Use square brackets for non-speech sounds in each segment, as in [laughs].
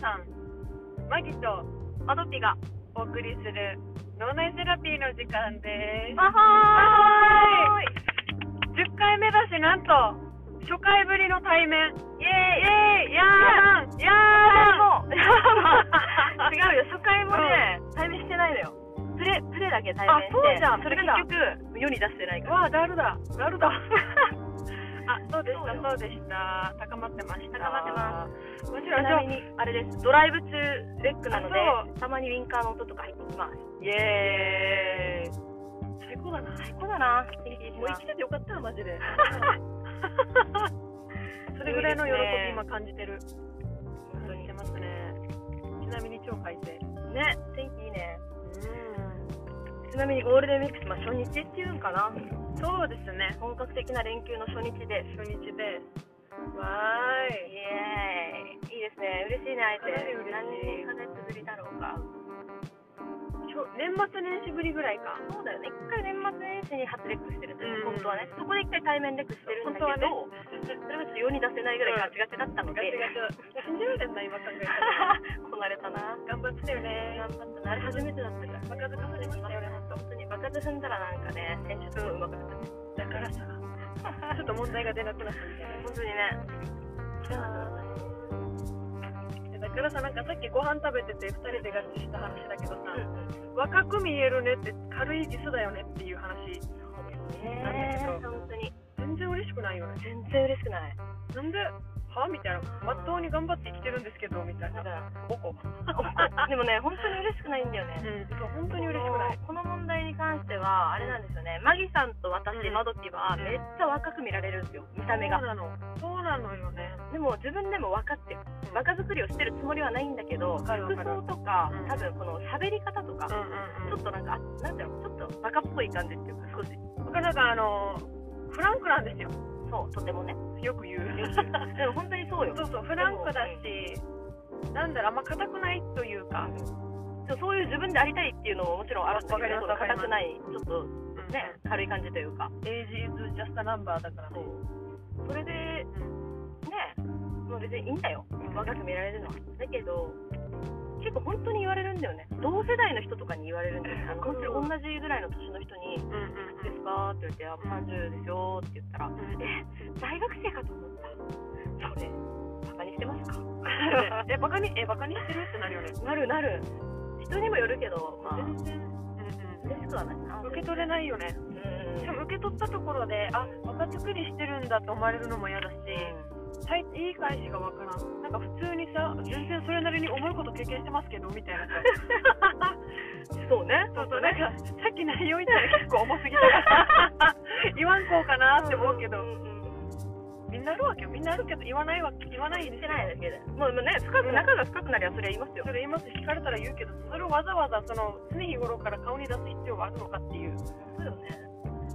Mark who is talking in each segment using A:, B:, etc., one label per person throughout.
A: さんマギとアドピがお送りする脳内セラピーの時間です
B: わ
A: は
B: はーい
A: 10回目だしなんと初回ぶりの対面
B: イエーイイエーイ
A: やーんや
B: も
A: ーん
B: [laughs] 違うよ初回もね、対面してないのよプレプレだけ対
A: あ
B: 面して
A: そうじゃん
B: それ
A: プレ
B: 結
A: だ
B: 局世に出してないから
A: わあだるだだるだ [laughs] あそうでした
B: そうよ
A: そうでした高まってました
B: 高まってます
A: むし
B: ち
A: ろじゃ
B: な
A: あ
B: みにあれですドライブ中レックなので
A: あ
B: たまにウィンカーの音とか入ってきます
A: イエーイ最高だな
B: 最高だな
A: な
B: もう生きててよかったなマジで
A: それぐらいの喜び今感じてる
B: 本当に
A: してますねちなみに超快晴
B: ね天気いいねちなみにゴールデンウィークス、まあ、初日っていうんかな
A: そうですね
B: 本格的な連休の初日で
A: 初日でわ
B: イエーイいいですね嬉しいね会えて
A: かな
B: 何
A: り嬉しい
B: ヶ月ぶりだろうか
A: ーいちょ年末年始ぶりぐらいか
B: そうだよね一回年末年始に初レックしてるんだよね
A: うん
B: 本当はねそこで一回対面レックしてるんだけど、
A: 本当
B: それはちょっと世に出せないぐらいガチガチだったので、
A: ガチガチ信じられんな今考えたら
B: こなれたな
A: 頑張ってたよね
B: 頑張ったなあれ初めてだったから
A: 爆発重ねましたよね本
B: 本当に爆発踏んだらなんかね選手ともうまくなったね
A: 当だからさちょっと問題が出なくなったみたい
B: 本当にねそうなんだね
A: なだからさなんかさっきご飯食べてて2人で合致した話だけどさ、
B: うん
A: 若く見えるねって軽いディスだよねっていう話
B: そうですね本当に
A: 全然嬉しくないよね
B: 全然嬉しくない
A: なんではみたいなまっとうに頑張って生きてるんですけどみたい
B: だ
A: な
B: から
A: 5個
B: でもね本当に嬉しくないんだよね
A: うんそう本当に嬉しくない
B: この問題に関してはあれなんですよねマギさんと私
A: うん
B: マドピはめっちゃ若く見られるんですよ見た目が
A: そうなのそうなのよね
B: でも自分でも分かってる若作りをしてるつもりはないんだけど
A: わかる
B: 服
A: わかる
B: 装とか
A: うん
B: 多分この喋り方と
A: う
B: かち
A: んうんう
B: ょ
A: ん
B: っとなんかあなんだろうちょっとバカっぽい感じっていうか少し
A: 僕なんかあのフランクなんですよ
B: そうとてもね
A: よく言う
B: でも本当にそうよ
A: そうそうフランクだしなんだろうあんま硬くないというか、
B: そうそういう自分でありたいっていうのももちろんあるんだけど
A: わかります
B: 硬くないちょっとね軽い感じというか
A: エイジーズジャスタナンバーだからね
B: それでねもう別にいいんだよ若く見られるのはだけど結構本当に言われるんだよね同世代の人とかに言われるんですよ
A: うん
B: 本当に同じぐらいの年の人に
A: うんうん
B: 「ですか?」って言って「あ30ですよ」って言ったら「
A: うん
B: え大学生かと思ったそれバカにしてますか?
A: うん [laughs] えバカにえバカにしてるってなるよね」
B: なるなる人にもよるけどまあ
A: 全然、うん
B: 嬉しくはないな
A: うん、受け取れないよね
B: うん
A: しかも受け取ったところであ若作りしてるんだと思われるのも嫌だし、はい、いい返しがわからんなんか普通にさ全然それなりに重いこと経験してますけどみたいなさ
B: そうね
A: そうそう
B: ね
A: なんかさっき内容言ったら結構重すぎた [laughs] から言わんこうかなって思うけど、
B: んうんうん
A: みんなあるわけよみんなあるけど言わないわ言わないん
B: 言っ
A: です
B: て
A: よ
B: ないだけでもうね深く仲が深くなりゃそれは言いますよ
A: それ今って聞かれたら言うけどそれをわざわざその常日頃から顔に出す必要があるのかっていう
B: そうよね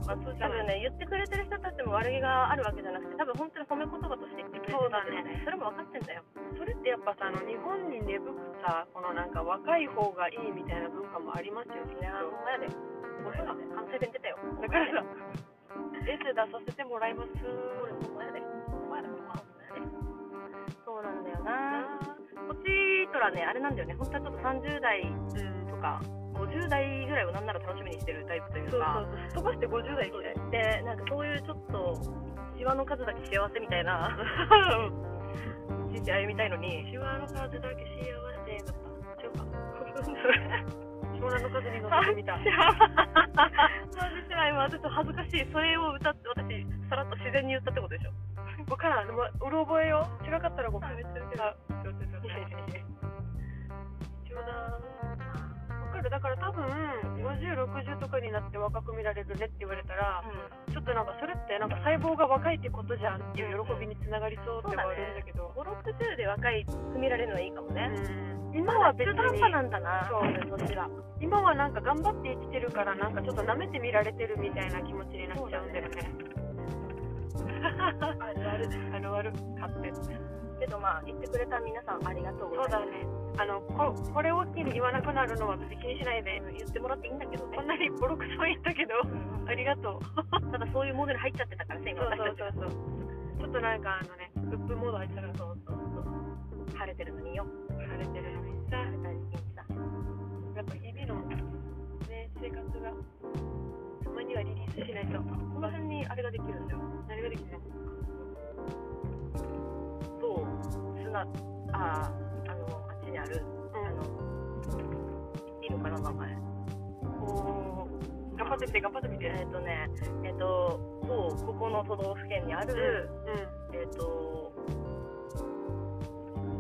A: まあそうじ
B: 多
A: ゃな
B: 分
A: い
B: ね言ってくれてる人たちも悪気があるわけじゃなくて多分本当に褒め言葉として言ってくれてるんだよねそれも分かってんだよ
A: それってやっぱさあの日本に根付くさこのなんか若い方がいいみたいな文化もありますよね
B: いやーほんまやで
A: そうだね
B: 関西弁出たよ
A: だからさ、エス出させてもらいます。
B: ほらほんまやでほんまやでほんまやでそうなんだよなこっちとらねあれなんだよね本当はちょっと30代
A: うん、
B: とか50代ぐらいをなんなら楽しみにしてるタイプという
A: そう
B: か
A: そうそう、飛ばして50代行きたい。
B: でなんかそういうちょっとシワの数だけ幸せみたいな [laughs] 人生歩みたいのに
A: シワの数だけ幸せだった。
B: 違うか [laughs]
A: 湘南の風に乗ってみた。
B: 違う [laughs] 私は今ちょっと恥ずかしいそれを歌って私さらっと自然に言ったってことでしょ
A: [laughs] わからん、でもうろ覚えよ。違かったらごめん。
B: めっちゃ
A: 違う湘南。わかる、だから多分、50、60とかになって若く見られるねって言われたら、ちょっとなんかそれってなんか細胞が若いってことじゃんっていう喜びにつながりそうって思われるんだけど。
B: 560で若い組みられるのはいいかもね、
A: うん今は別
B: 中
A: に
B: 途半端なんだな
A: そう
B: どちら
A: 今はなんか頑張って生きてるからなんかちょっと舐めて見られてるみたいな気持ちになっちゃうんだよね。あるあるあるある勝手。そ
B: けどまあ言ってくれた皆さんありがとうござ
A: う
B: い
A: だね。
B: ま、
A: あのここれを機に言わなくなるのは別に気にしないです
B: 言ってもらっていいんだけどね
A: こんなにボロクソ言ったけどありがとう。
B: ただそういうモデル入っちゃってたからさ今
A: そうそうそ
B: 私たち
A: うそう。ちょっとなんかあのねウップモード入ってたからそうそうそう。
B: 晴れてるのによ
A: 晴れてるのにさ
B: 晴れた一日だ
A: やっぱ日々のね生活がたまにはリリースしないと
B: この辺にあれができるんだよ
A: 何ができない
B: そう砂あーあのあっちにあるあ
A: う
B: のいいのかな名前
A: んおー頑張ってみて頑張ってみて
B: えっ、とねえっ、とそうここの都道府県にある、
A: う
B: えっ、と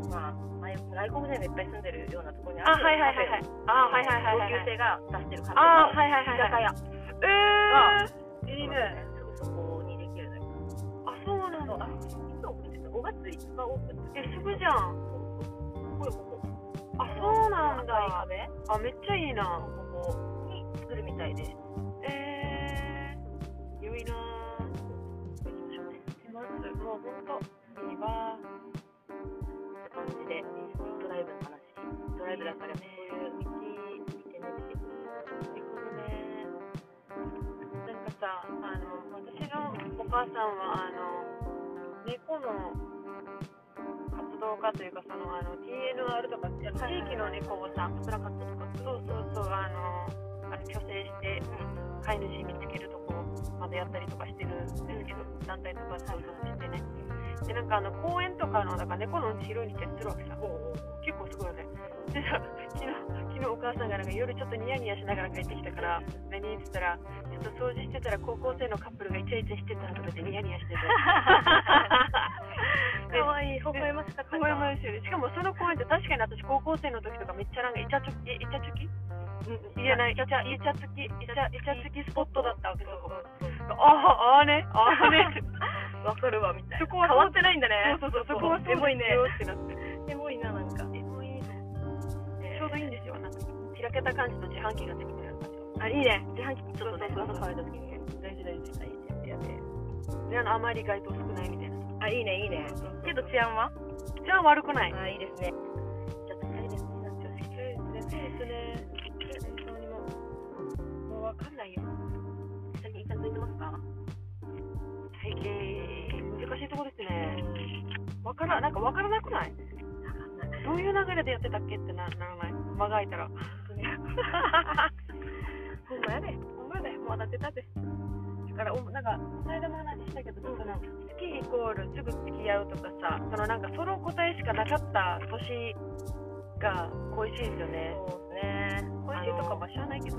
B: まあ内内国人がいっぱい住んでるようなところに
A: んあ
B: ある
A: はいはいはいはいあはいはいはいはい
B: 同級生が出してるカフェ
A: あ
B: の
A: はいはい
B: 居
A: はい
B: 酒
A: はい
B: 屋
A: えーいいね
B: そうそこにできるのよ
A: あそうなのあ
B: 今オープンです5月5日オープンって
A: えすぐじゃん
B: そうそうこれここ
A: あそうなん
B: 赤
A: だ
B: い壁
A: あめっちゃいいな
B: ここに作るみたいで
A: えー良いなまずもう本当いいわ
B: って感じでドライブの話ドライブだからこういう道見てねって
A: なるほどね [laughs] なんかさあの私のお母さんはあの猫の活動家というかそのあの TNR とかって
B: はいはいはい
A: 地域の猫をさ
B: プラカットとか
A: そうそうそうあのあれ去勢して飼い主見つけるとこまでやったりとかしてるんですけど団体とか参加してねでなんかあの公園とかのなんか猫の後ろに徹するわけさ結構すごいよねでさ昨日昨日お母さんがなんか夜ちょっとニヤニヤしながら帰ってきたから何って言ったら、ちょっと掃除してたら高校生のカップルがイチャイチャしてたとかでニヤニヤしてて。 [laughs]
B: かわいい微笑ましかった
A: 微笑ましいよねしかもその公園って確かに私高校生の時とかめっちゃなんかイチャチョキ、えイチャチョキいやない、イチャ、イチャつき、イチャ、イチャつきスポットだったわけそこ。ああ、ああね、ああね。
B: わかるわみたいな
A: そこは
B: 変わってないんだね
A: そうそうそう、そこはそうです
B: エモいね
A: よってなって。
B: エモいななんか
A: エモいね
B: えー
A: ちょうどいいんですよ、なんか。開けた感じと自販機がつきてる感じ。
B: あいいね自販機ちょっとね
A: そうそうそう
B: れた時にね
A: 大事大事。
B: はいやってや
A: で、
B: って
A: あの、あまり街灯少ないみたいな。
B: あいいねいいねけ
A: け
B: ど
A: ど
B: 治安は
A: じゃあ悪くない。
B: あいいですねちょっと辛いですねなんか
A: きついですね、きついですね。本当にもう、もうわかんないよ。
B: 最近イチャついてますか
A: 最近、難しいとこですね。わから、なんかわからなくない
B: わかんない
A: どういう流れでやってたっけってなならない間が空いたら。ほんまやで、ほんまやで、もうだってだって。だから、おなんか、この間も話したけど、その、好きイコールすぐ付き合うとかさ、そのなんかその答えしかなかった年が恋しいですよね。
B: そうですね
A: 恋しいとかも知らないけど。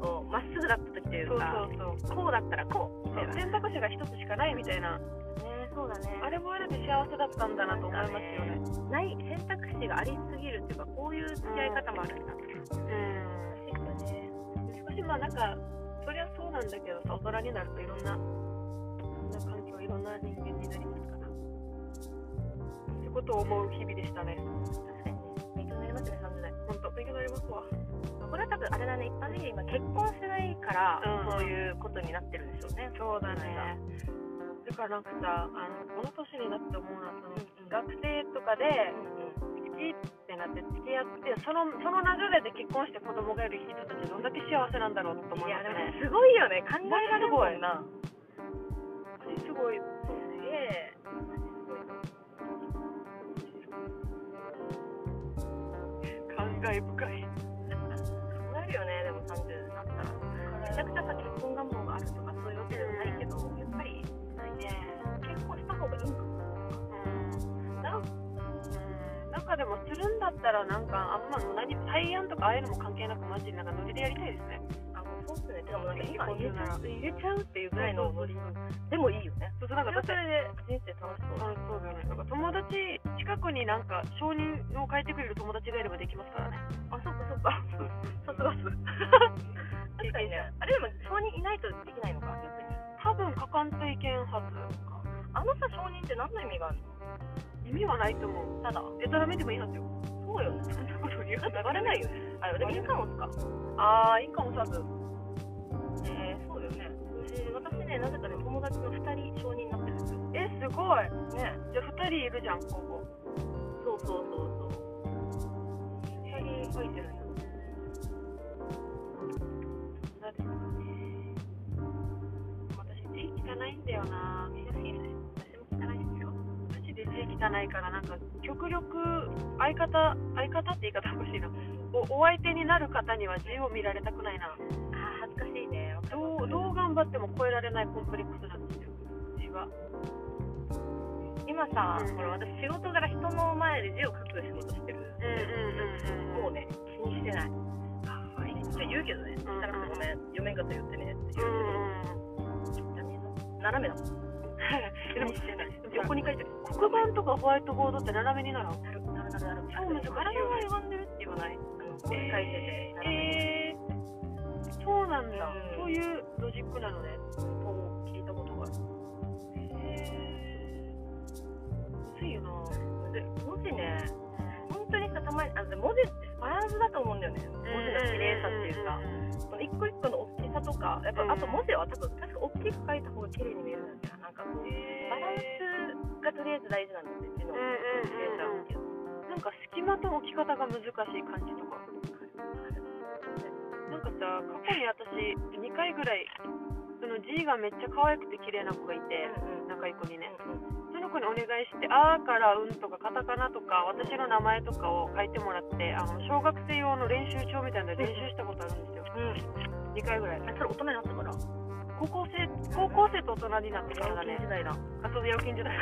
B: こうまっすぐだった時というか
A: そうそう。
B: こうだったらこうみたいなね
A: 選択肢が一つしかないみたいな。
B: そうだね
A: あれもあれで幸せだったんだなと思いますよね。
B: ない選択肢がありすぎるっていうかこういう付き合い方もあるんだ
A: うん。
B: 難しいよね
A: 少しまあなんか、そりゃそうなんだけどさ、大人になるといろんな、いろんな環境、いろんな人間になりますから。ってことを思う日々でしたね。
B: 確かにね勉強になりますね30代
A: 本当勉強になりますわ。
B: これは多分あれだね一般的に今結婚してないから
A: うん
B: そういうことになってるんでしょうね
A: そうだね。だからなんかさ、あの、この年になって思うのは、その、学生とかで、
B: う
A: 好きってなって付き合って、その、その流れで結婚して子供がいる人たち、どんだけ幸せなんだろうと思
B: ん
A: い
B: い
A: ま
B: や
A: す
B: でも
A: ね。
B: すごいよね考えられるもんな
A: すごい。
B: すげえ
A: 感慨深い。
B: 考えるよねでも30になったらめちゃくちゃさ結婚願望があるとかそういうわけではないけどやっぱり
A: ないね。
B: 結婚した方がいいのかも
A: うん。なんうんなんかでもするんだったらなんかあんま何対案とかああいうのも関係なくマジでなんかノリでやりたいですね。
B: あもうそうっすねてかもうなんか
A: 結
B: 今
A: 婚
B: 入れちゃ
A: す
B: う入れちゃうっていうぐらいのノリでもいいよね
A: そうそうなんかだって
B: それで人生楽しそう
A: あそうだよね。なんか友達近くになんか承認を変えてくれる友達がいればできますからね。
B: あそっかそっ [laughs] かさすがっす確かにねあれでも承認いないとできないのか逆に
A: 多分過関と意見はず。
B: あのさ承認って何の意味がある
A: 意味はないと思う。
B: のただ
A: エトラメでもいいはずよ。
B: そうよね
A: そんなこと言う
B: だってバレないよねあでも印鑑押すか
A: ああ、いいかもさず。
B: えー、そうよねうん私ねなぜかね友達の2人承認になってるんですよ
A: え、すごい。
B: ね
A: じゃあ二人いるじゃん、ここ。
B: そうそうそうそう
A: 二人入ってるんだ。なんですかね。私、字汚いんだよな。
B: 私も汚いですよ
A: マジで字汚い汚いからなんか極力相方相方って言い方欲しいなおお相手になる方には自由を見られたくないな
B: あ恥ずかしいねわかるわ
A: ど
B: か
A: う
B: る
A: どう頑張っても超えられないコンプレックスなんですよ私は
B: 今さ、
A: うん
B: ほら私仕事柄人の前で字を書く仕事してる、
A: うん
B: もうね気にしてないじゃあ言うけどね、
A: ん
B: だからごめん読めんかったら言ってねって
A: う
B: 言うけど、
A: んうん
B: ダメだ斜めだもん気にしてない横に書いてる
A: 黒板とかホワイトボードって斜めになるの
B: なるなるなるなる
A: 超難しいよね
B: 体が歪んでるって言わないあの書いてて斜めに
A: えー、そうなんだ、
B: うん
A: そういうロジックなのね
B: こう聞いたことがある
A: へーついよな
B: で文字ね本当にさたまにあの文字ってバランスだと思うんだよね文字の綺麗さっていうか、その一個一個の大きさとかやっぱ、
A: うん
B: あと文字は多分確か大きく書いた方が綺麗に見えるんだよなんかこうバランスがとりあえず大事なんだってうち
A: う
B: の
A: んうんうんうん
B: データっていう
A: なんか隙間と置き方が難しい感じとかなんかさ過去に私2回ぐらいその G がめっちゃ可愛くて綺麗な子がいて仲いい子にねその子にお願いして「あ」から「うん」とかカタカナとか私の名前とかを書いてもらってあの小学生用の練習帳みたいなの練習したことあるんですよ
B: うんうんうんうん
A: 2回ぐらい
B: あそれ大人になったから
A: 高校生高校生と大人になってからだね
B: 時代だ
A: あそうヤオキンじゃない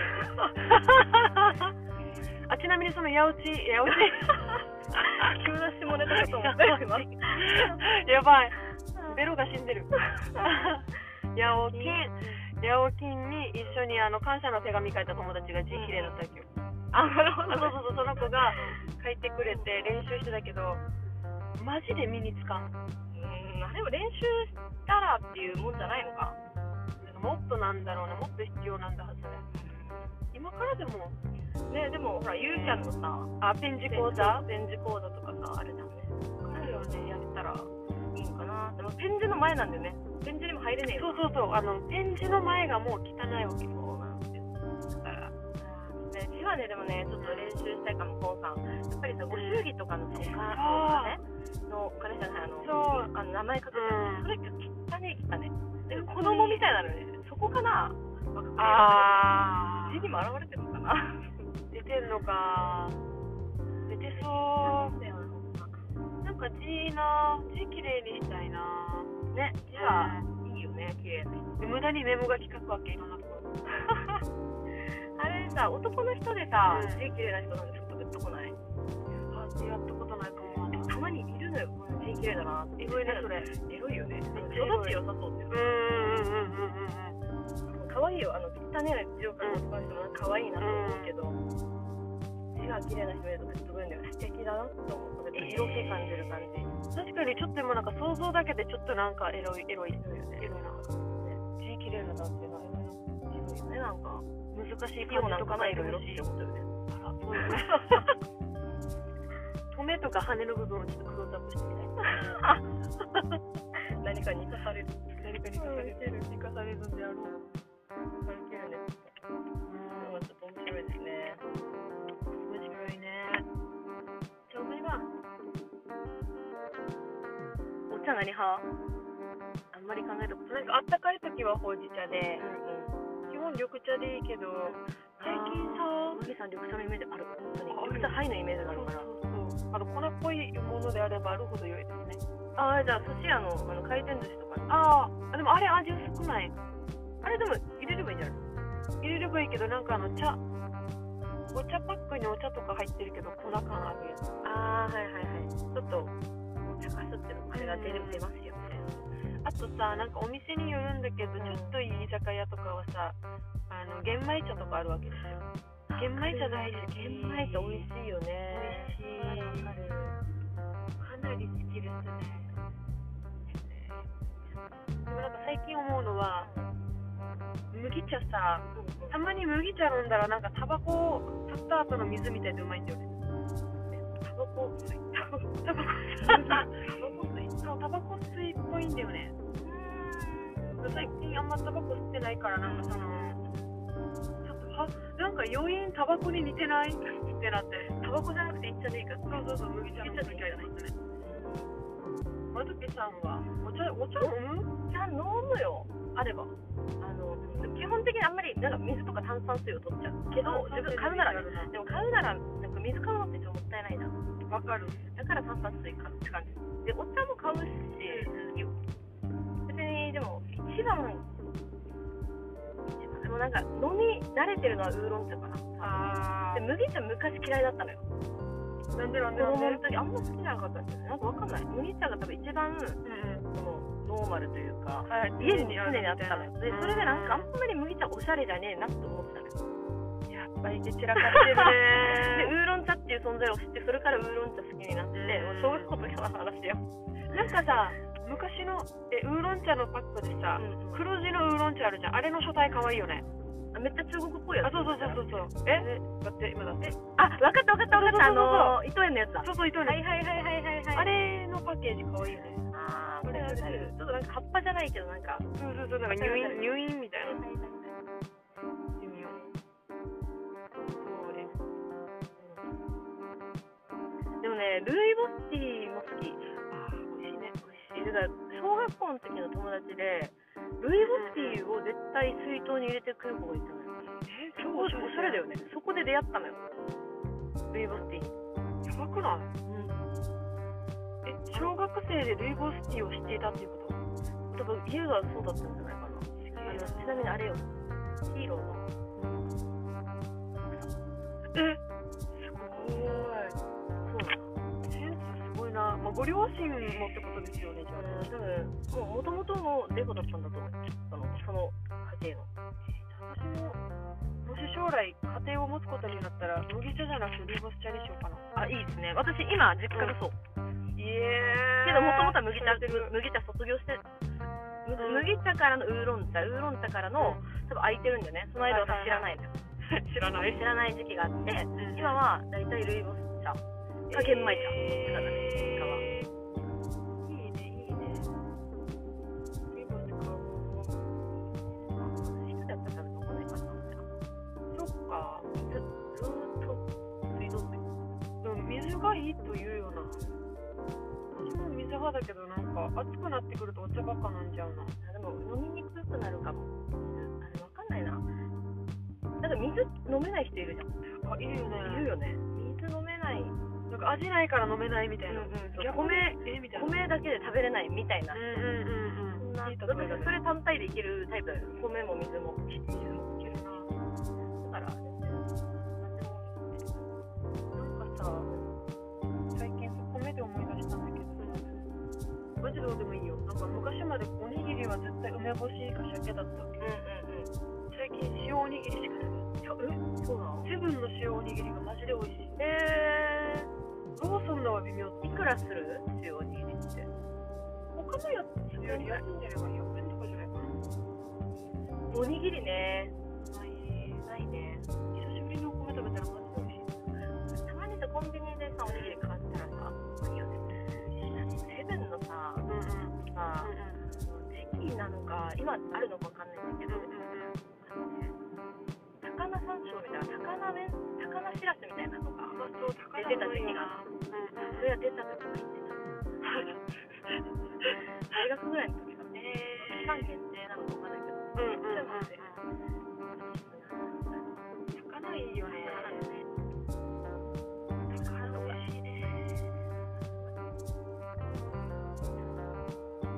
A: あちなみにそのヤオチヤオチ
B: 急な下ネタかと思ってます
A: やばいベロが死んでるヤオキンヤオキンに一緒にあの感謝の手紙書いた友達が字綺麗だったわけよ、
B: あなるほ
A: あそうそう
B: ど
A: そうその子が書いてくれて練習してたけどマジで身につかん
B: うんあれを練習したらっていうもんじゃないのか
A: もっとなんだろうなもっと必要なんだはずだよ今からでも
B: ねでもほらゆうちゃんのさ
A: あペン字講座
B: ペン字講座とかさあれだねあるよねやったらいいのかなでもペン字の前なんだよねペン字にも入れねえ
A: そ
B: よ
A: うそうそうあのペン字の前がもう汚いわけ
B: そうなんですよだからね字はねでもねちょっと練習したいかもこうさんやっぱりさご祝儀とかのさお金ねのお金じゃないあの
A: そう
B: あの名前書くじ
A: うん
B: ゃんそれって汚ね汚ねだから子供みたいなのねそこかなあ
A: あ
B: 字にも現れてるのかな
A: 出てんのか出てそう
B: だよね
A: なんか字いいな字綺麗にしたいな
B: ね字はいいよね綺麗な
A: で無駄にメモがきかくわけいろんなところ
B: あれさ男の人でさ
A: うん
B: 字綺麗な人なんてちょっとグッとこない
A: あ字やったことないかもな
B: たまにいるのよ字綺麗だなって
A: エロいねそれ
B: エロいよね
A: めっちゃエロい
B: 育ち良さそうっていう
A: うんうんうん
B: 可愛いよあの汚ね字を書く男の人もなんか可愛いなと思うけど、字が綺麗な人見るとグッとくるんだよね素敵だなと思う色気感じる感じ、
A: 確かにちょっとでもなんか想像だけでちょっとなんかエロいエロい
B: そうよね
A: エロいな字綺麗な男性の
B: そうよねなんか
A: 難しい
B: いい
A: 感
B: 女
A: じ
B: と
A: とかな
B: かないい
A: ろ
B: ろ
A: い
B: い
A: ろ
B: ろってことよね
A: 止めとか羽の部分をちょっとクローズアップしてみたい
B: 何かに刺される
A: 誰か
B: に貸されて
A: る生かされるんであろう
B: 関係るねなんかちょっと面白いですね
A: 面白いねじゃあお前は
B: お茶何派
A: あんまり考えたことないなんかあったかい時はほうじ茶で
B: うん
A: 基本緑茶でいいけど最近
B: う
A: さ
B: んマギさん緑茶のイメージある本当に
A: ある
B: 緑茶ハイのイメージがあるから
A: そうそうそうあの粉っぽいものであればあるほど良いですね
B: ああじゃあ寿司屋のあの回転寿司とかあ
A: ああでもあれ味薄くない
B: あれでも入れればいいんじゃない
A: 入れればいいけどなんかあの茶お茶パックにお茶とか入ってるけど粉感あるやつ
B: ああはいはいはいちょっと茶かすっていうのあれが出る出ますよね
A: あとさなんかお店によるんだけどちょっといい居酒屋とかはさあの玄米茶とかあるわけですよ玄米茶大好き
B: 玄米茶美味しいよね
A: 美味しい
B: わかる
A: かなり好きですねでもなんか最近思うのは麦茶さたまに麦茶飲んだらなんかタバコを吸った後の水みたいでうまいんだよね
B: タバコ吸いタバコ
A: タバコ吸いそうタバコ吸いっぽいんだよね最近あんまタバコ吸ってないからなんかそのちょっとはなんか余韻タバコに似てないってなって
B: タバコじゃなくていいんじゃねえかって
A: そうそうそう麦茶飲んでみたいなねまずきさんはお茶お茶飲む
B: じゃあ飲むよあればあの基本本的にあんまりなんか水とか炭酸水を取っちゃうけど自分買うならねでも買うならなんか水買うのってちょっともったいないな
A: わかる
B: だから炭酸水買うって感じでお茶も買うし次を別にでも一番一番でもなんか飲み慣れてるのはウーロン茶かな
A: あ
B: で麦茶昔嫌いだったのよ
A: ーなんでなんで
B: 子供
A: な
B: の
A: んで
B: 時あんま好きじゃなかったんですよねなんかわかんない麦茶が多分一
A: う
B: 番
A: ん
B: そのノーマルというか
A: はい
B: 家に常にあったのよでそれでなんかあ
A: うん
B: まり麦茶おしゃれじゃねえなって思ってたのよ
A: んやっぱりね散らかしてる
B: でウ
A: ね
B: ーロン茶っていう存在を知ってそれからウーロン茶好きになっ
A: う
B: て
A: ん
B: 小学校とかの話よ、
A: なんかさ昔のえウーロン茶のパックでさ、
B: うん
A: 黒地のウーロン茶あるじゃんあれの書体可愛いよね
B: あめっちゃ中国っぽいやつ
A: あそうそうそうそうそうえだって今だって
B: あ分かった分かった分かったあ
A: そうそうそうそう
B: のー糸園のやつだ
A: そうそう伊藤
B: は
A: ね
B: いはいはいはいはいはい
A: あれのパッケージ可愛いよね
B: あー
A: これ
B: わかるちょっとなんか葉っぱじゃないけどなんかは
A: そうそうそうなんか入
B: わか
A: 院
B: る
A: 入院みたい
B: い
A: な
B: はいは
A: 微
B: い
A: 妙そうです
B: でもねルイボスティーも好き
A: あー美味しいね美味しい
B: だから小学校の時の友達でルイボスティーを絶対水筒に入れて食う子がいたのよ
A: え
B: 超おしゃれだよねそこで出会ったのよルイボスティ
A: や
B: ーに
A: ばくないえ小学生でルイボスティーを知っていたっていうこと
B: 多分家がそうだったんじゃないかなあのちなみにあれよヒーローの
A: えすご
B: そうなの
A: いセンスすごいな、まあ、ご両親もってことですよねじゃあ
B: うん多分もともとのデコだったんだと思うそのその家庭の
A: 私ももし将来家庭を持つことになったら麦茶じゃなくてルイボス茶にしようかな
B: あいいですね私今実家がそう、
A: いえ
B: けどもともとは麦茶
A: てる
B: 麦茶卒業してむ
A: うん
B: 麦茶からのウーロン茶ウーロン茶からの多分空いてるんだよねその間
A: はいはいはい
B: 私知らないのよ、
A: [laughs] 知らない
B: 知らない時期があって今
A: 今は
B: は大体ルイボス茶か玄米茶
A: え
B: だからね実家はい
A: いねいいねルイボス買おう
B: いつだったかなどこで買ったの
A: そっか
B: ずーっと水道水
A: でも水がいいと言うよな私も水派だけどなんか暑くなってくるとお茶ばっか飲んじゃうな
B: あでも飲みにくくなるかもあれわかんないななんか水飲めない人いるじゃ
A: あいるよね
B: ん、いるよね水飲めない
A: なんか味ないから飲めないみたいな、
B: うんうんそう
A: 逆にえみたいな
B: 米だけで食べれないみたいな
A: うんうんうんうん
B: ない
A: い
B: ん
A: 例
B: か
A: え
B: そ
A: だ
B: れ
A: ね
B: 単体でいけるタイプだよ米も水も
A: 水もいけるな
B: だから
A: なんかさ、最近米で思い出したんだけど、マジどうでもいいよ。なんか昔までおにぎりは絶対梅干しか鮭だったわけ
B: うんうんうん
A: 最近塩おにぎりしか食べない。
B: そうなの
A: セブンの塩おにぎりがマジで美味しい。
B: え
A: ローソンのは微妙。
B: ー、いくらする塩おにぎりって
A: 他のやつより安いんじゃないかな。4円とかじゃないかな。
B: おにぎりね
A: ない。
B: ないね
A: 久しぶりにお米食べたらマジで美味しい。
B: たまにさコンビニでさおにぎり買ったらさいいよねセブンのさ
A: うんうん。
B: さ
A: うんうん。
B: 時期なのか今あるのかわかんないんだけどあのね高菜山椒みたいな高菜弁高菜しらすみたいなのが
A: うまそう、高菜のいいな。
B: それが出た時に大学ぐらいの時かな期間限定なのかわかんないけど
A: うんうんうんうん。高菜いいよね。高菜美味しいね。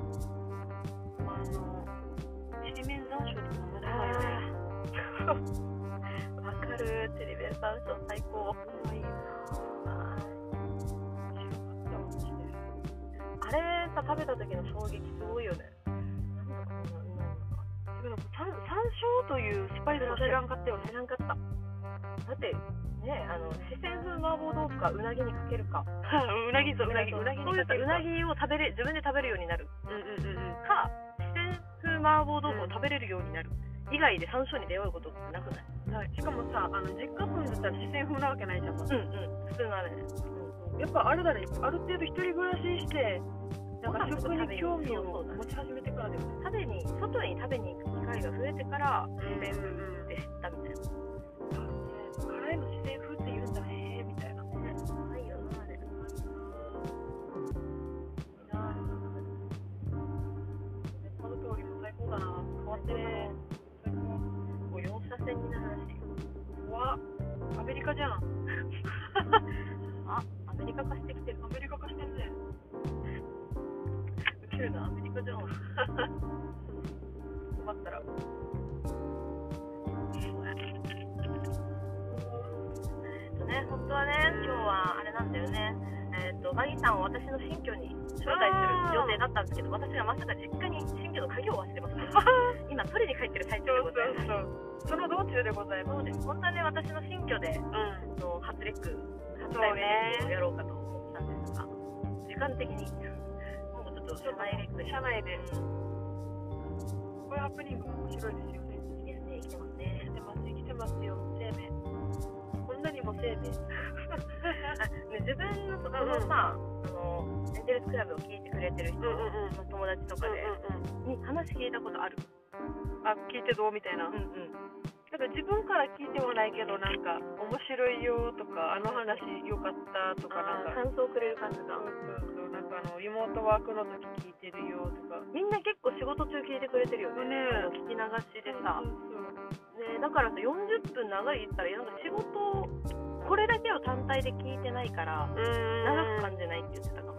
A: あの、ちりめん山椒とかもうまそうよね。
B: わかるテレビ山椒最高
A: うまいよ
B: あ
A: な。面白かった。マジで
B: あれさ食べた時の衝撃すごいよねなんだこんなうまいのか
A: でもなんか山山椒というスパイスが知らんかったよね。
B: 知らんかっただってねあの四川風麻婆豆腐かうなぎにかける
A: う
B: か
A: なぎとうなぎ、うなぎ
B: そういうさう
A: う
B: な
A: な
B: ぎ
A: ぎ。
B: を食べれ自分で食べるようになる
A: うんうんうんうん。
B: か四川風麻婆豆腐を食べれるようになる以外で山椒に出会うことってなくない
A: はいしかもさ、あの実家住んでたら四川風なわけないじゃん。
B: うんうん普通のあれね
A: やっぱあれだね、ある程度一人暮らしして、なんか食に興味
B: そう
A: を
B: だね
A: 持ち始めてからだよね。
B: 食べに外に食べに行く機会が増えてから
A: うんうんうん
B: で知ったみたい
A: 辛いの四川風って言うんだねみたいな。
B: なないよなあれ
A: この通りも最高だな。変わってね。最高。アメリカじゃん
B: あアメリカ化してきてる
A: アメリカ化してるね
B: ウケるなアメリカじゃん困ったらえっとね本当はね今日はあれなんだよねえっとマギさんを私の新居に招待する予定だったんですけど私がまさか実家に新居の鍵を忘れました今取りに帰ってる最中
A: そ
B: で
A: う
B: ございます
A: そうそうその道中でございます
B: そうです本当はね私の新居で
A: うん
B: あの初レック初
A: そう
B: 対
A: ね
B: 面をやろうかと思ったんですが、時間的にもうちょっと社内レックで
A: 社内で
B: うん
A: こういうハプニングも面白いですよね
B: いやね生きてますね
A: 生きてます生きてますよ生命こんなにも生命
B: あね自分のそこのさ、あのエンジェルスクラブを聞いてくれてる人
A: うんうんうん
B: の友達とかで、に話聞いたことある、
A: あ聞いてどうみたいな、
B: ん
A: なんか自分から聞いてもないけどなんか面白いよとかあの話良かったとかなんか
B: 感想くれる感じが、
A: そうそうなんかあの妹ワークの時聞いてるよとか
B: みんな結構仕事中聞いてくれてるよね
A: ね
B: あの聞き流しでさ、
A: う
B: ね、だからさ40分長いったらなんか仕事をこれだけを単体で聞いてないから
A: ん
B: 長く感じないって言ってたかも、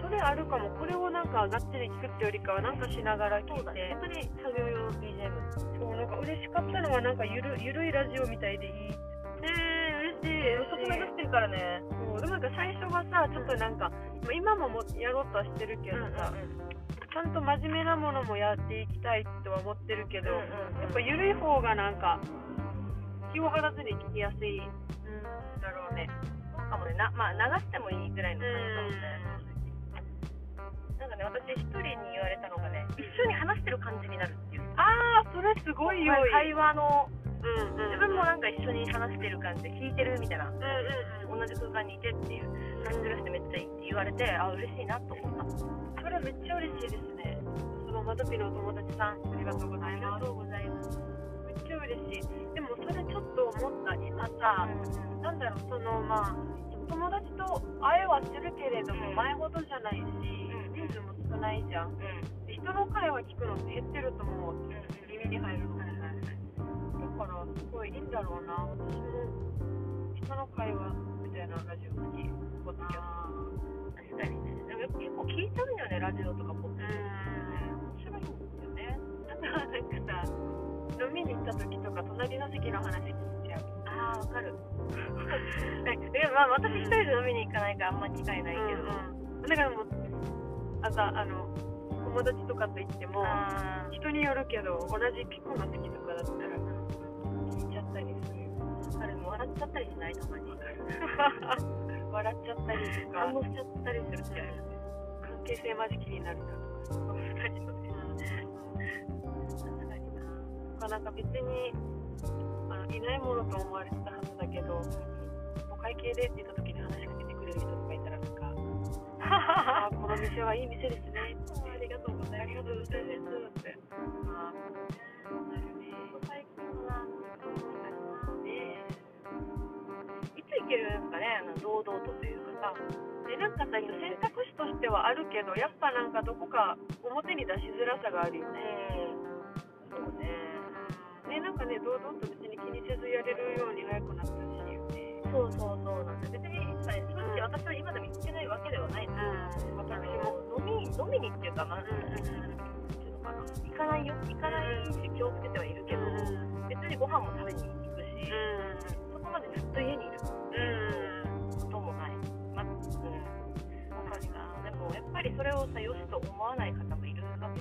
A: それあるかもこれをなんかがっちり聞くってよりかはなんかしながら聞い
B: そうだね
A: て
B: 本当に作業用 BGM
A: そうなんか嬉しかったのはなんかゆるゆるいラジオみたいでいい
B: ねえ嬉しい
A: 嬉しい
B: 遅く流してるからね
A: そうでもなんか最初はさちょっとなんか、まあ今ももやろうとはしてるけどさ、ちゃんと真面目なものもやっていきたいとは思ってるけど、
B: うんうんうん
A: やっぱ緩い方がなんか気を張らずに聞きやすいだろうね
B: そうかもねなまあ流してもいいぐらいの感じかもねなんかね私一人に言われたのがね一緒に話してる感じになるっていう
A: ああそれすごい良い、
B: 会話の
A: うんうん、
B: 自分もなんか一緒に話してる感じで聞いてるみたいな
A: うんうん
B: 同じ空間にいてっていう感じがしてめっちゃいいって言われてあ嬉しいなと思った
A: それめっちゃ嬉しいですねそのまとぴのお友達さんありがとうございます
B: うございます
A: めっちゃ嬉しいでもそれちょっと思った今さ、なんだろうそのまあ友達と会えはするけれども、
B: うん
A: 前ほどじゃないし、
B: んうん
A: 人数も少ないじゃんで人の会話聞くのって減ってると思う耳に入るのだからすごいいいんだろうな私も人の会話みたいなラジオにポッドキャス
B: 確かにねでもよく結構聞いちゃうんだよねラジオとかポッドキ
A: ト面
B: ャス
A: 白いんですよねあとはなんかさ飲みに行った時とか隣の席の話聞いちゃう
B: トああわかる [laughs] なんかいやまあ私一人で飲みに行かないからあんま機会ないけど、
A: だからもうあとあの友達とかと行っても
B: あ
A: 人によるけど同じピコの席とかだったら聞いちゃったりする
B: ーわかるもう笑っちゃったりしないたまに
A: 笑っちゃったりとか
B: 反応しちゃったりするってあるよね
A: 関係性マジ気になるなとか
B: 二人のね確かにな
A: まあなんか別にあのいないものと思われてたはずだけどお会計でって言った時に話しかけてくれる人とかいたらなんか「ああこの店はいい店ですね」って
B: ありがとうございます
A: ありがとうございます」って
B: あーなるね最近は確かにねいつ行けるんですかねあの堂々とというかさ
A: でなんかさ選択肢としてはあるけどやっぱなんかどこか表に出しづらさがあるよね
B: そうね
A: ねなんかね堂々と別に気にせずやれるように早くなったしね
B: そうそうそうなんで別にさ正直私は今でも行ってないわけではないんで
A: うん私も
B: 飲み飲みにっていうかまあ、行かないよ行かないし気をつけてはいるけど、
A: うん
B: 別にご飯も食べに行くし、そこまでずっと家にいる
A: うん
B: こともないまあうんわかるなでもやっぱりそれをさよしと思わない方もいるわけ
A: う
B: だ
A: んそ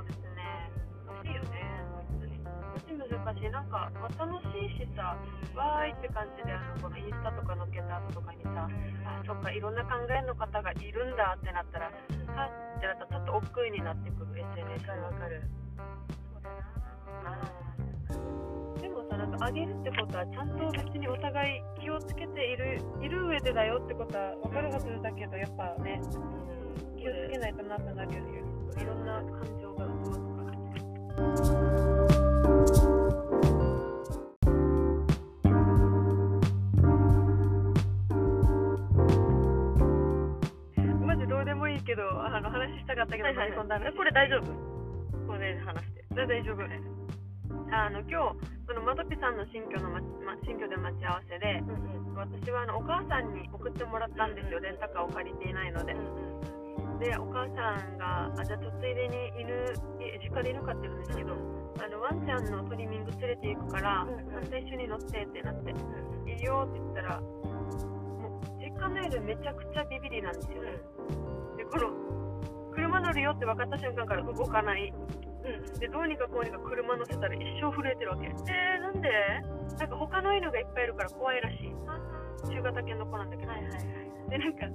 A: うですね。
B: 難しいよね本当に
A: もし難しい、なんか、まあ、楽しいしさ、わーいって感じで、あの、このインスタとか載っけた後とかにさ、あ、そっか、いろんな考えの方がいるんだってなったら、はっってなったら、ちょっと億劫になってくる、SNS
B: わ
A: が。
B: かるそうだな
A: でもさ、なんか、あげるってことは、ちゃんと別にお互い気をつけている、いる上でだよってことはわかるはずだけど、やっぱね、
B: うん
A: 気をつけないとなっただけで、いろんな感情がうまくかかって。マジどうでもいいけど、あの話したかったけど、
B: はいはいはい
A: 飲み込んだ話
B: これ大丈夫これで話して
A: だ大丈夫。あの今日そのまどぴさんの新居の、まま、新居で待ち合わせで
B: うんうん
A: 私はあのお母さんに送ってもらったんですよ
B: う
A: レ
B: んうん
A: ンタカーを借りていないので
B: うん
A: でお母さんがあじゃあちょっとついでに犬え実家で犬飼ってるんですけどあのワンちゃんのトリミング連れて行くから
B: うんうん
A: また一緒に乗ってってなって
B: う
A: いいよって言ったらもう実家の夜めちゃくちゃビビりなんですよ
B: ん
A: ねでこの車乗るよって分かった瞬間から動かない
B: うんうん
A: でどうにかこうにか車乗せたら一生震えてるわけえー、なんでなんか他の犬がいっぱいいるから怖いらしい中型犬の子なんだけど、
B: はいはいはい
A: でなんか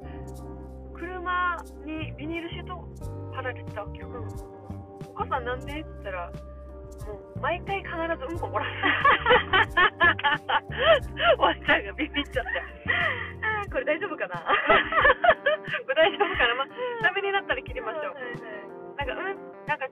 A: 車にビニールシート貼られてたわけよ、お母さんなんでって言ったらもう毎回必ずうんこ漏らす [laughs] ワンちゃんがビビっちゃって
B: あーこれ大丈夫かな
A: これ大丈夫かな、まあ、ダメになったら切りましょう
B: はいは
A: な
B: い
A: んかうんなんか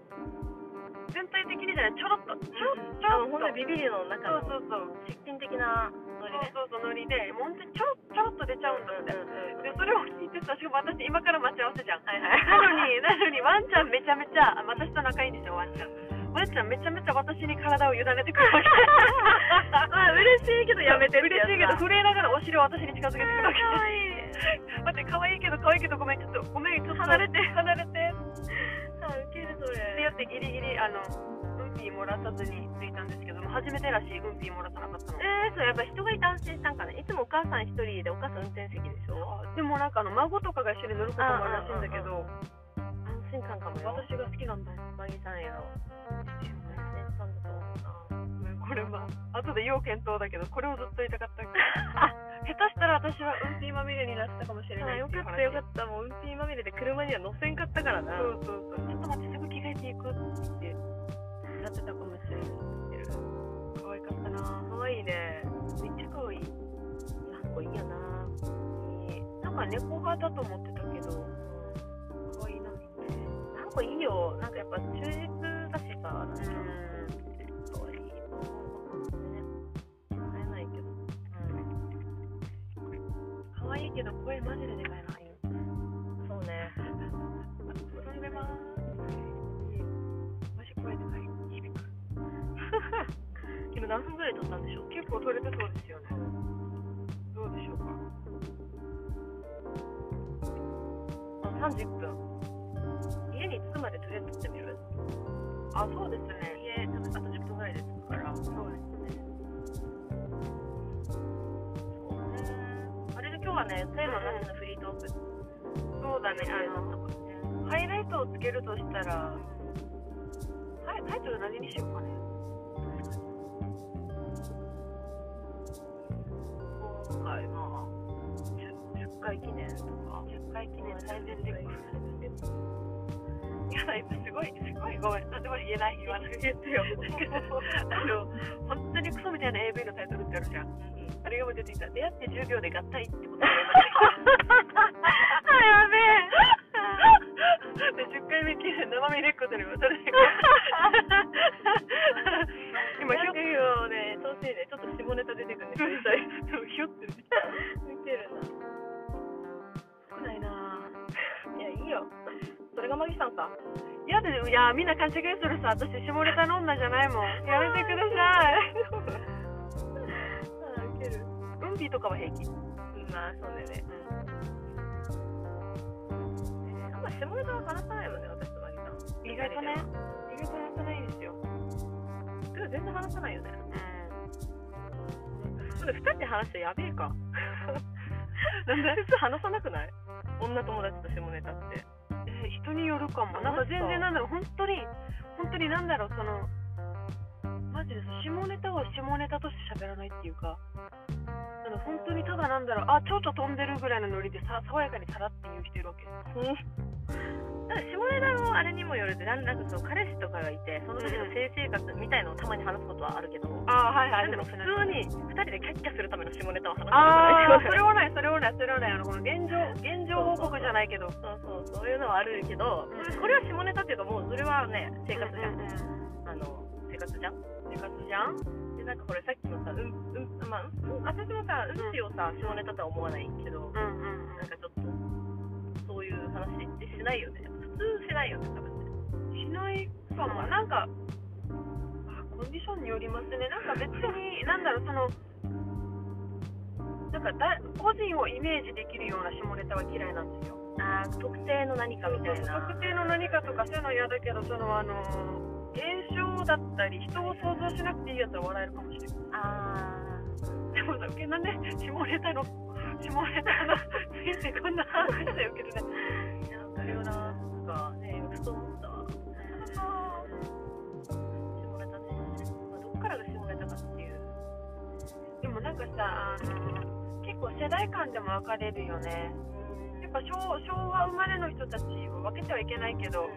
A: 全体的にじゃないちょろっとちょろっと
B: あの本当にビビリの中
A: そうそ
B: の
A: うそう
B: 出勤的なノリね。
A: そうそうそうノリでもう本当にちょろちょろっと出ちゃうんだって、
B: うんうん
A: でそれを聞いてさしかも私今から待ち合わせじゃん、
B: はいはい
A: なのになのにワンちゃんめちゃめちゃあ私と仲いいんですよワンちゃんワンちゃんめちゃめちゃ私に体を委ねてくるわけ
B: [laughs] まあ嬉しいけどやめてる
A: 嬉しいけど
B: ふ
A: 震えながらお尻を私に近づけてくるわけ
B: 可愛い。
A: 待って可愛いけど可愛いけどごめんちょっとごめんちょっと
B: 離れて
A: [laughs] 離れて
B: あウケるそ
A: ってや
B: れ。
A: ってギリギリあのうんぴーもらさずに着いたんですけども初めてらしいうんぴーもらさなかったの
B: えー、そうやっぱ人がいて安心したんかね。いつもお母さん一人でお母さん運転席でしょ。
A: でもなんかあの孫とかが一緒に乗ることもあるらしいんだけど
B: 安心感かもよ。
A: 私が好きなんだ
B: マギさんへの安心感だと思うな。
A: これは後で要検討だけどこれをずっと言いたかった [laughs] あ下手したら私は運転まみれになってたかもしれない
B: あよ
A: てい
B: か
A: う
B: っ
A: 話
B: たよかった。もう運転まみれで車には乗せんかったからな。
A: そうそうそうちょっと待ってすぐ着替えていくってなってたかもしれない可愛かったな
B: 可愛いね。
A: めっちゃ可愛い
B: なんかいいよな。いい。
A: なんか猫派だと思ってたけど可愛いな
B: なんかいいよ。なんかやっぱ忠実だしさ、なんか。可愛い。ね。会えないけど。
A: 可愛いけど声マジででかいな
B: そうね。
A: 飛んでますマジ声でかい響く
B: [laughs] 今何分ぐらい撮ったんでしょう。
A: 結構取れてそうですよねどうでしょうか
B: あ、三十分。家に着くまでとりあえず撮ってみる。
A: あ、そうですね。
B: 家多分あと十分ぐらいですから。そうですね。そうね。あれで今日はね、テーマなしのフリートークって
A: そうだね。あの、
B: の。
A: ハイライトをつけるとしたら、タイタイトル何にしようかね。
B: 今回まあ十十回記念とか。
A: 100回記念大全で。
B: で。
A: いや、今すごい、すごいごめん。なんでも言えない。言わなくて言ってよ。 [laughs] あの、本当にクソみたいな AV のタイトルってあるじゃん。あれがもう出てきた。出会って10秒で合体ってことだよねで10回目記念生身レックってのがそれで今ひょっ
B: 100秒ね、調子いいね。ちょっと下ネタ出てくるね。
A: そう
B: 絶対
A: そうひょって出てきた
B: 見てるな。
A: 少ないなぁ
B: いや、いいよ。それがマギさんか。
A: いやでいやみんな勘違いするさ私下ネタの女じゃないもんやめてください
B: [laughs] あ、ウケる。
A: うんぴとかは平気
B: まあ、そうだよね。あんま下ネタは話さないもんね、私とマギさん。
A: 意外とね意外と話さないんですよ
B: でも全然話さないよね。
A: う
B: それ二人で話してやべえ
A: [laughs]
B: か。なんで普通話さなくない女友達と下ネタって。
A: んえー人によるかもなんか全然なんだろう本当に本当になんだろうそのマジで下ネタは下ネタとして喋らないっていうかあの本当にただなんだろうあちょっと飛んでるぐらいのノリでさ爽やかにさらって言う人いるわけ
B: なんか下ネタのあれにもよるってなんなんかその彼氏とかがいてその時の性生活みたいのをたまに話すことはあるけど、
A: あはい
B: なんでも普通に2人でキャッキャするための下ネタを話すこと
A: あ
B: [laughs]
A: あそれ
B: は
A: はないそれはないそれはないあのこの現状現状報告じゃないけど
B: そうそうそういうのはあるけど、これは下ネタっていうかもうそれはね生活じゃん、
A: うんうんうん
B: あの生活じゃん
A: 生活じゃん
B: でなんかこれさっきのさうんうんまあ、うん、私もさうんちをさ下ネタとは思わないけど、
A: うんうん
B: なんかちょっとそういう話ってしないよね普通しないよね多分ね
A: うんしないかもなんかあコンディションによりますねなんか別になんだろうそのなんかだ個人をイメージできるような下ネタは嫌いなんですよ
B: あー特定の何かみたいな
A: 特定の何かとかそういうの嫌だけどそのあの現象だったり人を想像しなくていいやつは笑えるかもしれない
B: あ
A: でもなんかなんで下ネタの下ネタのついてこんな話だよけどね
B: ーなんかよななんかねふと思ったわ下ネタね、まあ、どっからが下ネタかっていう
A: でもなんかさあの結構世代間でも分かれるよねやっぱ昭昭和生まれの人たちは分けてはいけないけど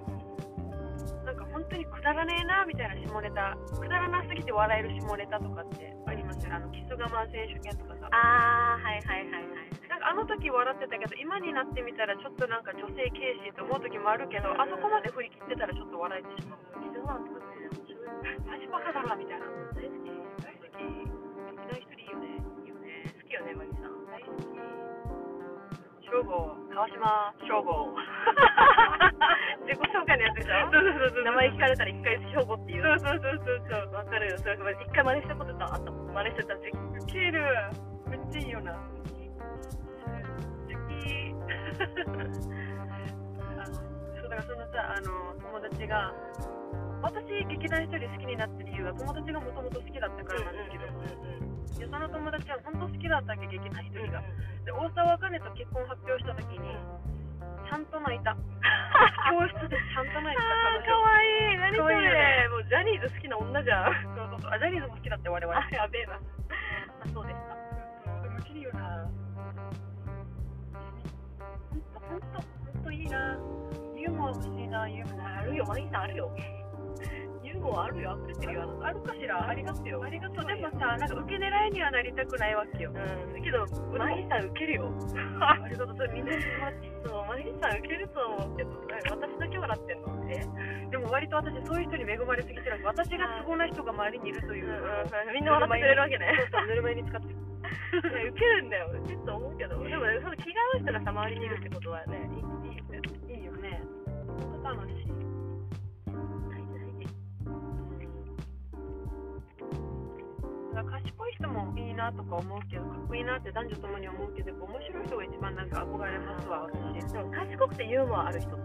A: なんか本当にくだらねえなみたいな下ネタくだらなすぎて笑える下ネタとかってありますよねあのキス我慢選手権とかさ
B: あーはいはいはいはい
A: なんかあの時笑ってたけど今になってみたらちょっとなんか女性軽視と思う時もあるけどあそこまで振り切ってたらちょっと笑えてしまう
B: キスマンとかね面
A: マジ
B: 白い
A: バカだなみたいな
B: 大好き大好き沖縄一人いいよねいいよね好きよねマギさん大好き
A: 正吾川島正吾
B: 自己紹介のやつでしょ
A: そうそうそうそう
B: 名前聞かれたら一回兵庫っていう
A: そうそうそうそう
B: わかるよそれ一回真似したことあったもん真似してた時
A: そうケールめっちゃいいよな [laughs] 敵あのそうだからそのさあの友達が私劇団一人好きになった理由は友達がもともと好きだったからなんですけど、でその友達は本当好きだったわけ劇団一人が、で大沢あかねと結婚発表した時にちゃんと泣いた教室でちゃんと泣いた彼女
B: わいい何
A: それ
B: もうジャニーズ好きな女じゃん
A: そうそうそうあジャニーズも好きだって我々
B: やべえなあそうでした
A: でもキリよな本当本当本当いいなユーモア欲しいなユーモア
B: あるよマギさんあるよユーモアあるよ溢れてるよあの
A: あるかしら
B: ありますよ
A: ありがとうでもさなんか受け狙いにはなりたくないわけよ
B: うんけどマギさんウケるよ
A: ありがとうそれみんなに
B: そう、マリさん受けると思うけど、私だけ笑ってんのって。
A: でも割と私そういう人に恵まれすぎてるわけ私が都合な人が周りにいるという、
B: みんな笑ってくれるわけね。
A: ぬるま湯に使って
B: ね受けるんだよ、ちょっと思うけど。でもね、その気が合う人がさ、周りにいるってことはね、いい
A: い
B: いいよね。
A: いよね本当楽しいなんか賢い人もいいなとか思うけどかっこいいなって男女ともに思うけどやっぱ面白い人が一番なんか憧れますわ私
B: でも賢くてユーモアある人。賢い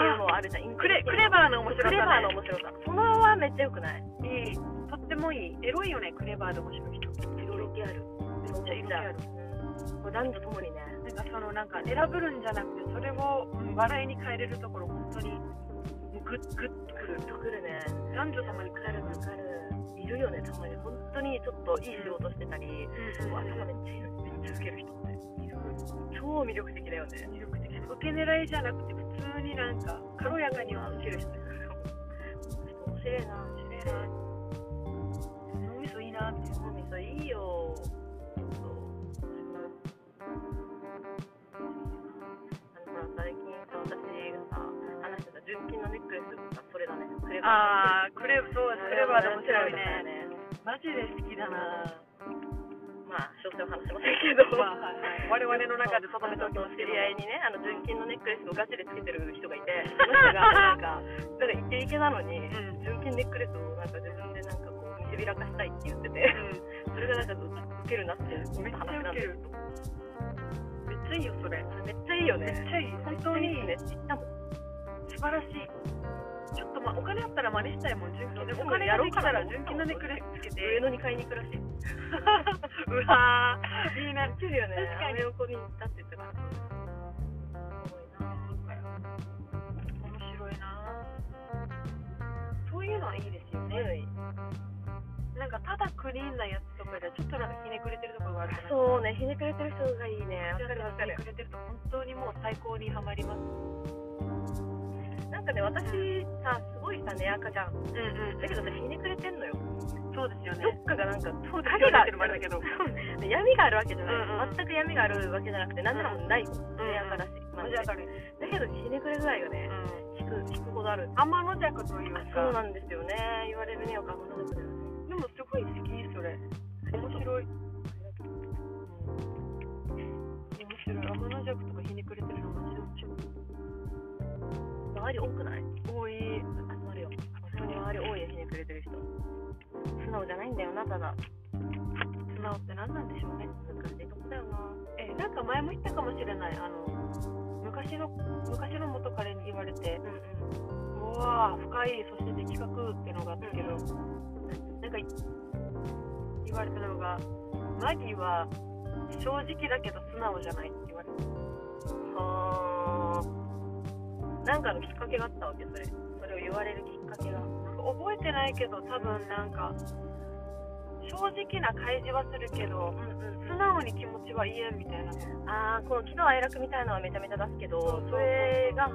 B: ユーモアあるじゃん。
A: クレクレバーな面白さ、
B: ク
A: ね、
B: レバーの面白さ。そのはめっちゃ良くない
A: いいとってもいいエロいよねクレバーで面白い人
B: 色気ある。
A: めっちゃいいじゃん
B: もう男女ともにね。
A: なんかそのなんか選ぶるんじゃなくてそれをうん笑いに変えれるところ本当にグッグッとくる
B: とくるね。
A: 男女ともに変えるの
B: わかる。いるよね、たまに。本当にちょっといい仕事してたり。
A: うん
B: 頭めっちゃいいのにめっちゃ受ける人って超魅力的だよね
A: 魅力的受け狙いじゃなくて普通になんか軽やかには受ける人
B: 面白いな
A: 面白いな脳みそいいなって
B: 脳みそいいよそうあのほら最近さ私がさ話してた純金のネックレスがそれだねクレ
A: ああ
B: バー
A: クレバそう
B: ク
A: クレバーで面白い
B: だよ
A: ねマジで好きだな
B: まあ詳細は話しませんけど
A: まあはいはい我々の中で留めておきます
B: 知
A: けど
B: り合いにねあの純金のネックレスをガチでつけてる人がい [laughs] てその人がなんかなんかイケイケなのに、
A: うん
B: 純金ネックレスをなんか自分でなんかこう見せびらかしたいって言っててそれがなんかウケるなって思った話なんだけど
A: めっちゃいいよそれ
B: めっちゃいいよ
A: めっ
B: ね
A: ちゃいい本当に
B: めっちゃいいね行ったもん
A: 素晴らしいちょっとまお金あったら真似したいもん純金で
B: でも
A: お金ができたら
B: やろうかな
A: 純金のネックレスつけて
B: 上野に買いに行くらしい
A: うわーいいな
B: ウケるよね
A: 確かに
B: アメ横に行ったって言ってたからすごいな
A: 面白いなそういうのはいいですよ
B: うん
A: ねなんかただクリーンなやつとかでちょっとなんかひねくれてるところがあるじゃない
B: そうねひねくれてる人がいいねわか
A: だか
B: るわ
A: ら
B: か
A: ひ
B: る
A: ねくれてると本当にもう最高にはまります
B: なんかね私さすごいさねやかじゃん
A: うんうん
B: だけどさひねくれてんのよ
A: そうですよ
B: ど
A: ね
B: っかがなんか
A: そう
B: 影がある
A: もあれだけど
B: 闇があるわけじゃない、
A: うんうん
B: 全く闇があるわけじゃなくて何ならもうないもん
A: うん
B: 艶やかだし、マ
A: マ
B: ジ
A: ジ
B: で
A: 明るい、
B: だけどひねくれぐらいよね引く引くほどある
A: あんまのじゃこと言い
B: あ
A: ますか
B: そうなんですよね言われるねよくあんまりだよね
A: でもすごい好きそれ面白い、面白い天の弱とかひねくれてるのマジで面白い
B: 周り多くない
A: 多い
B: あそうあるよ本当に周り多いよひねくれてる人脳じゃないんだよなただ
A: 素直って何なんでしょうね
B: 難しいとこだよな
A: えなんか前も言ったかもしれないあの昔の昔の元彼に言われて
B: うんうん
A: うわー深いそして的確ってのがあったけど、なんか言われたのがマギーは正直だけど素直じゃないって言われて
B: はあなんかのきっかけがあったわけそれそれを言われるきっかけが
A: なんか覚えてないけど多分なんか正直な開示はするけど
B: うん
A: 素直に気持ちは言えんみたいな
B: ああこの喜怒哀楽みたいのはめちゃめちゃ出すけ
A: そうそうそう
B: どそれが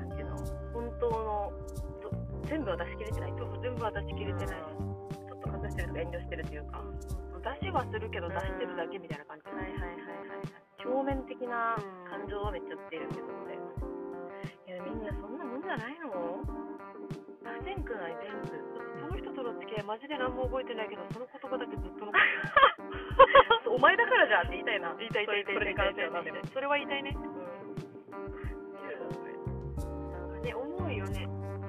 B: なんていうの本当のど全部は出し切れてない
A: そうそう全部は出し切れてない、
B: ちょっと隠してるとか遠慮してるというか
A: 出しはするけど出してるだけみたいな感じ、
B: はいはいはいはい表面的な
A: うん
B: 感情はめっちゃ出るけどねいやみんなそんなもんじゃないの不全くない全部
A: その人との付き合いマジで何も覚えてないけどその言葉だけずっと残 [laughs] ってる
B: [laughs] お前だからじゃんって言いたいな
A: 言いたい言いたい
B: それ
A: 言い
B: に
A: た
B: 関
A: い
B: してはなんで
A: 言い
B: も
A: たいそれは言いたいね
B: う
A: ね思うよね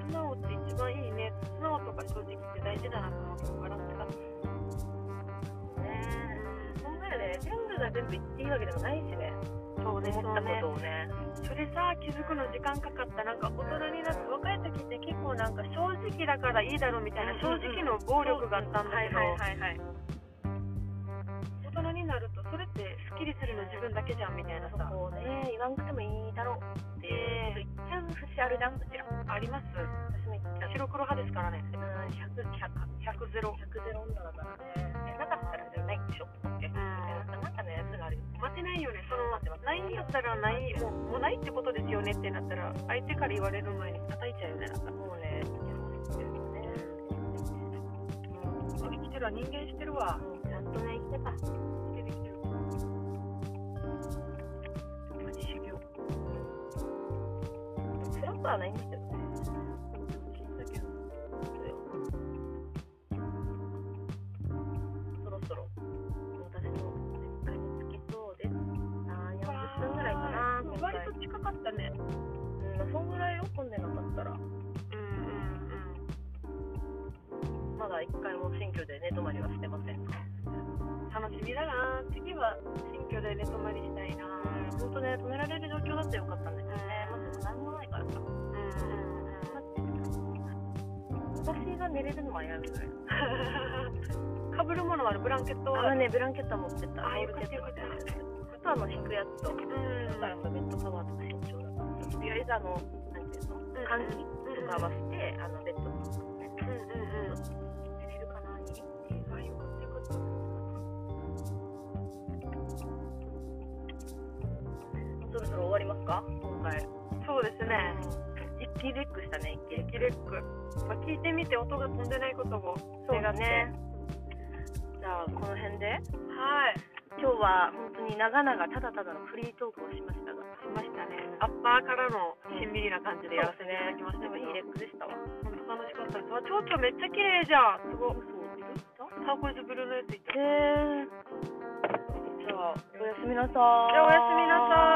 A: 素直って一番いいね素直とか正直って大事だなと思うけどバランスが
B: んねえそんなよね全部が全部言っていいわけでもないしね
A: そう
B: 思ったことをね
A: それさ気づくの時間かかったなんか大人になって若い時って結構なんか正直だからいいだろうみたいな正直の暴力があったんだけど
B: はいはいはいはい
A: 大人になるとそれってスッキリするの自分だけじゃんみたいな
B: そ
A: さ
B: こをね言わんくてもいいだろうって
A: ええ
B: 言っちゃう節あるじゃんうちら
A: あります
B: 私も言っちゃう
A: 白黒派ですからね
B: うん100 100
A: 100ゼロ
B: 100ゼロ女だからねえなかったらじゃないでしょってなんかねやつがあるよ
A: 待てないよねそのないんやったらないもうもうないってことですよねってなったら相手から言われる前に叩いちゃうよねなんか
B: もうね
A: そう生きてるわ人間してるわ
B: ちゃんとね生きてた
A: 生きてる生きてるマジ修行
B: 辛くはないんですけどね
A: だけど
B: そろそろ私の実家に着きそうですあー40分ぐらいかな今回
A: 割と近かったね
B: うんまあそんぐらいを混んでなかったら
A: うん
B: まだ一回も新居で寝泊まりはしてません
A: うんうん楽しみだな次は新居で寝泊まりしたいな
B: 本当ね止められる状況だったらよかったんだけどねまず何もないからさ
A: うんうん
B: 私が寝れるのはやめぐらい
A: かぶるものはあるブランケットは
B: あのねブランケットは持ってった
A: あ
B: タオ
A: よ
B: ル
A: か
B: ケ
A: っ
B: ッ
A: た
B: ト
A: よ
B: み
A: かったた
B: いなあとはあの引くやつと
A: う
B: だ
A: ん
B: からベッドカバーとか身長だからとりあえずあのなんていうの換気とかはしてあのベッドに
A: うんうんうん
B: 寝れるかなにっていう
A: あよかったよかった
B: そろそろ終わりますか今回
A: そうですね
B: 一気レックしたね一気レック
A: ギレック、まあ、聞いてみて音が飛んでないことも
B: そう
A: 願
B: だ
A: って
B: ねじゃあこの辺で
A: はい
B: 今日は本当に長々ただただのフリートークをしましたが
A: しましたねアッパーからのしんみりな感じでやらせていただきましたけど、
B: でもいいレックでしたわ
A: 本当楽しかったですわ蝶々めっちゃ綺麗じゃんすごい
B: そう
A: ターコイズブルーのやついた
B: へえじゃあおやすみなさーい
A: じゃあおやすみなさ